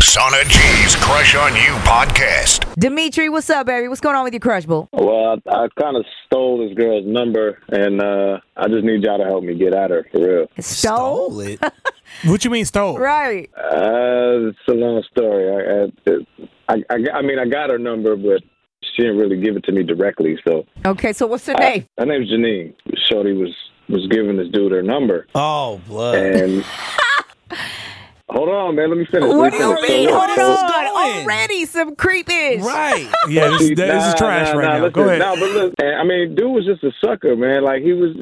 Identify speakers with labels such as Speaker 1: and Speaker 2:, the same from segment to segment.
Speaker 1: Sauna G's Crush on You podcast.
Speaker 2: Dimitri, what's up, baby? What's going on with your crush, bull?
Speaker 3: Well, I, I kind of stole this girl's number, and uh, I just need y'all to help me get at her for real.
Speaker 2: Stole?
Speaker 4: it. what you mean stole?
Speaker 2: Right.
Speaker 3: Uh, it's a long story. I, I, I, I, I mean, I got her number, but she didn't really give it to me directly. So
Speaker 2: Okay, so what's her
Speaker 3: Uh,
Speaker 2: name?
Speaker 3: her name's Janine. Shorty was was giving this dude her number,
Speaker 2: Uh.
Speaker 4: Oh, blood.
Speaker 3: and hold on, man, let me finish.
Speaker 2: What
Speaker 3: Let
Speaker 2: do
Speaker 3: me
Speaker 2: you
Speaker 3: finish.
Speaker 2: mean?
Speaker 3: So
Speaker 2: Hold
Speaker 3: look,
Speaker 2: on.
Speaker 3: so-
Speaker 4: is going?
Speaker 2: Already some creepish.
Speaker 4: Right. Yeah, this,
Speaker 3: See,
Speaker 4: that- this is
Speaker 3: nah,
Speaker 4: trash
Speaker 3: nah,
Speaker 4: right
Speaker 3: nah,
Speaker 4: now.
Speaker 3: listen,
Speaker 4: Go ahead.
Speaker 3: nah, but listen, I mean, dude was just a sucker, man. Like he was,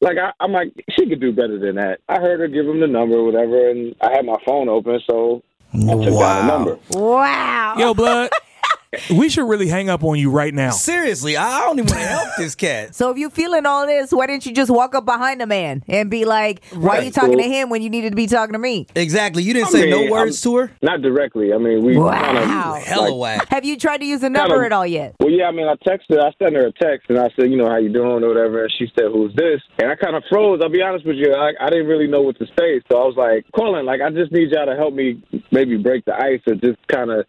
Speaker 3: like I, I'm like she could do better than that. I heard her give him the number, or whatever, and I had my phone open, so I took down the number.
Speaker 2: Wow.
Speaker 4: Yo, blood. we should really hang up on you right now.
Speaker 5: Seriously, I don't even want to help this cat.
Speaker 2: So if you feeling all this, why didn't you just walk up behind the man and be like, "Why are you talking to him when you needed to be talking to me?"
Speaker 5: Exactly. You didn't
Speaker 3: I
Speaker 5: say
Speaker 3: mean,
Speaker 5: no words
Speaker 3: I'm-
Speaker 5: to her.
Speaker 3: Not directly. I mean, we
Speaker 2: Wow.
Speaker 3: kind
Speaker 2: Hella
Speaker 3: of
Speaker 5: Hella whack.
Speaker 2: Have you tried to use the number
Speaker 3: Kinda-
Speaker 2: at all yet?
Speaker 3: Well, yeah, I mean, I texted, I sent her a text, and I said, you know, how you doing or whatever. And she said, who's this? And I kind of froze. I'll be honest with you, I, I didn't really know what to say, so I was like, Colin, like, I just need y'all to help me maybe break the ice or just kind of,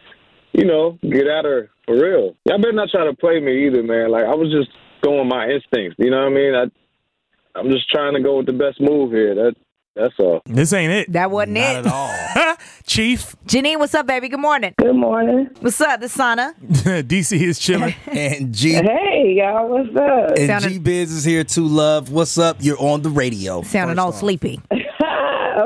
Speaker 3: you know, get at her for real. Y'all better not try to play me either, man. Like, I was just going my instincts. You know what I mean? I, I'm just trying to go with the best move here. That that's all.
Speaker 4: This ain't it.
Speaker 2: That wasn't
Speaker 5: Not
Speaker 2: it.
Speaker 5: at all.
Speaker 4: Chief,
Speaker 2: Janine, what's up, baby? Good morning.
Speaker 6: Good morning.
Speaker 2: What's up, this Sana?
Speaker 4: DC is chilling.
Speaker 5: And G
Speaker 6: Hey, y'all, what's up?
Speaker 5: and
Speaker 2: Sounded-
Speaker 5: G Biz is here too. Love, what's up? You're on the radio.
Speaker 2: Sounding
Speaker 5: First
Speaker 2: all
Speaker 5: off.
Speaker 2: sleepy.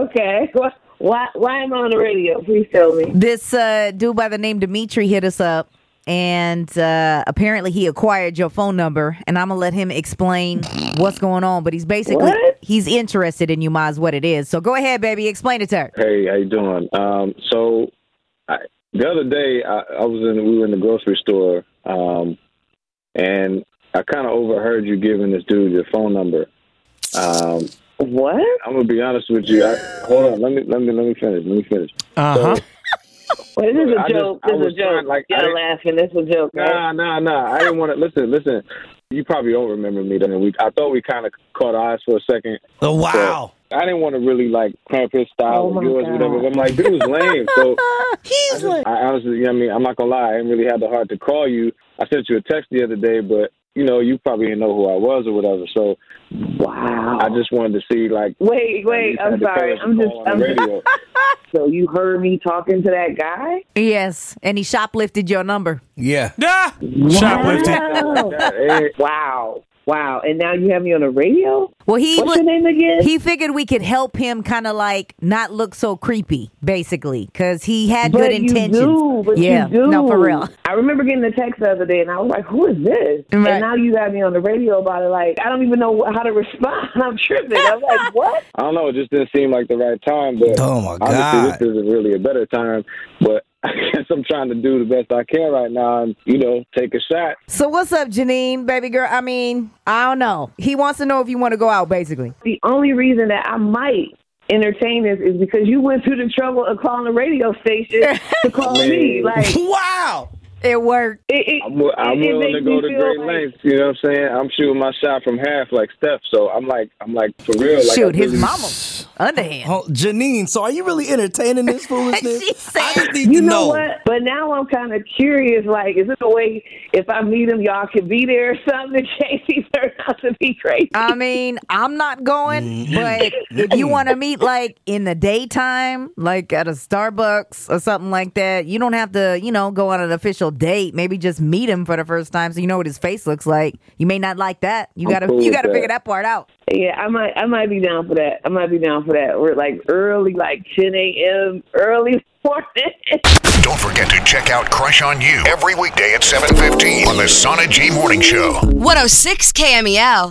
Speaker 6: okay. Why, why am I on the radio? Please tell me.
Speaker 2: This uh, dude by the name Dimitri hit us up, and uh, apparently he acquired your phone number. And I'm gonna let him explain what's going on. But he's basically
Speaker 6: What?
Speaker 2: he's interested in you, Ma, is what it is. So go ahead, baby, explain it to her.
Speaker 3: Hey, how you doing? Um, so I, the other day, I, I was in we were in the grocery store, um, and I kind of overheard you giving this dude your phone number. Um,
Speaker 6: What?
Speaker 3: I'm gonna be honest with you. I, hold on, let me let me let me finish. Let me finish.
Speaker 4: Uh huh.
Speaker 6: Well, this is
Speaker 3: I
Speaker 6: a
Speaker 3: just-
Speaker 6: joke.
Speaker 3: I
Speaker 6: This
Speaker 3: was
Speaker 6: is a
Speaker 3: trying,
Speaker 6: joke.
Speaker 3: like, I
Speaker 6: y'all
Speaker 3: didn't-
Speaker 6: laughing. This is a joke. Right?
Speaker 3: Nah, nah, nah. I didn't want to listen. Listen, you probably don't remember me. Then we I thought we kind of caught eyes for a second.
Speaker 5: Oh, wow.
Speaker 3: I didn't want to really like cramp his style
Speaker 6: Oh,
Speaker 3: or
Speaker 6: my
Speaker 3: yours, or
Speaker 6: God.
Speaker 3: whatever. But I'm like, dude was lame. So
Speaker 5: He's
Speaker 3: I just- I honestly, you know what I mean? I'm not going to lie. I didn't really have the heart to call you. I sent you a text the other day, but, you know, you probably didn't know who I was or whatever. So
Speaker 6: Wow.
Speaker 3: I just wanted to see, like,
Speaker 6: wait, wait.
Speaker 3: you
Speaker 6: I'm
Speaker 3: had the
Speaker 6: sorry.
Speaker 3: courage to
Speaker 6: I'm just.
Speaker 3: call
Speaker 6: I'm
Speaker 3: on the radio.
Speaker 6: so you heard me talking to that guy?
Speaker 2: Yes, and he shoplifted your number.
Speaker 5: Yeah.
Speaker 4: Ah! Shoplifting.
Speaker 6: Wow.
Speaker 3: That, eh,
Speaker 6: wow. Wow. And now you have me on the radio?
Speaker 2: Well, he
Speaker 6: What's
Speaker 2: was,
Speaker 6: your name again?
Speaker 2: he figured we could help him kind of like not look so creepy, basically, because he had
Speaker 6: but
Speaker 2: good
Speaker 6: you
Speaker 2: intentions.
Speaker 6: do, but
Speaker 2: yeah,
Speaker 6: you do.
Speaker 2: no, for real.
Speaker 6: I remember getting the text the other day, and I was like, "Who is this?"
Speaker 2: Right.
Speaker 6: And now you got me on the radio about it. Like, I don't even know how to respond. I'm tripping. I'm like, "What?"
Speaker 3: I don't know. It just didn't seem like the right time. But
Speaker 5: Oh, my
Speaker 3: obviously,
Speaker 5: God.
Speaker 3: this isn't really a better time. But I guess I'm trying to do the best I can right now and, you know, take a shot.
Speaker 2: So what's up, Janine, baby girl? I mean, I don't know. He wants to know if you want to go out, basically.
Speaker 6: The only reason that I might entertain this is because you went through the trouble of calling the radio station to call me. Like, it,
Speaker 5: Wow.
Speaker 2: It worked.
Speaker 6: it,
Speaker 3: I'm, wi- I'm
Speaker 6: it- it
Speaker 3: willing to
Speaker 6: makes
Speaker 3: go
Speaker 6: me
Speaker 3: to
Speaker 6: feel
Speaker 3: great
Speaker 6: like-
Speaker 3: lengths. You know what I'm saying? I'm shooting my shot from half, like Steph. So I'm like, I'm like for real. Like,
Speaker 2: Shoot,
Speaker 3: I
Speaker 2: his
Speaker 3: really-
Speaker 2: mama underhand.
Speaker 5: Oh, Janine, so are you really entertaining this foolishness?
Speaker 2: She said-
Speaker 5: I just need
Speaker 6: You
Speaker 5: to
Speaker 6: know what? But But now I'm kind of curious. Like, is this a way if I meet him, y'all can be there or something in case he turns out to be crazy?
Speaker 2: I mean, I'm not going, but if you want to meet like in the daytime, like at a Starbucks or something like that, you don't have to, you know, go on an official date. Maybe just meet him for the first time so you know what his face looks like. You may not like that. You
Speaker 6: I'm
Speaker 2: gotta,
Speaker 6: cool
Speaker 2: you
Speaker 6: with
Speaker 2: gotta
Speaker 6: that.
Speaker 2: figure that part out.
Speaker 6: Yeah, I might, I might be down for that. I might be down for that. We're like early, like 10 a.m. early morning.
Speaker 1: Don't forget to check out Crush on You every weekday at 7:15 on the Sana G Morning Show.
Speaker 7: 106 KMEL.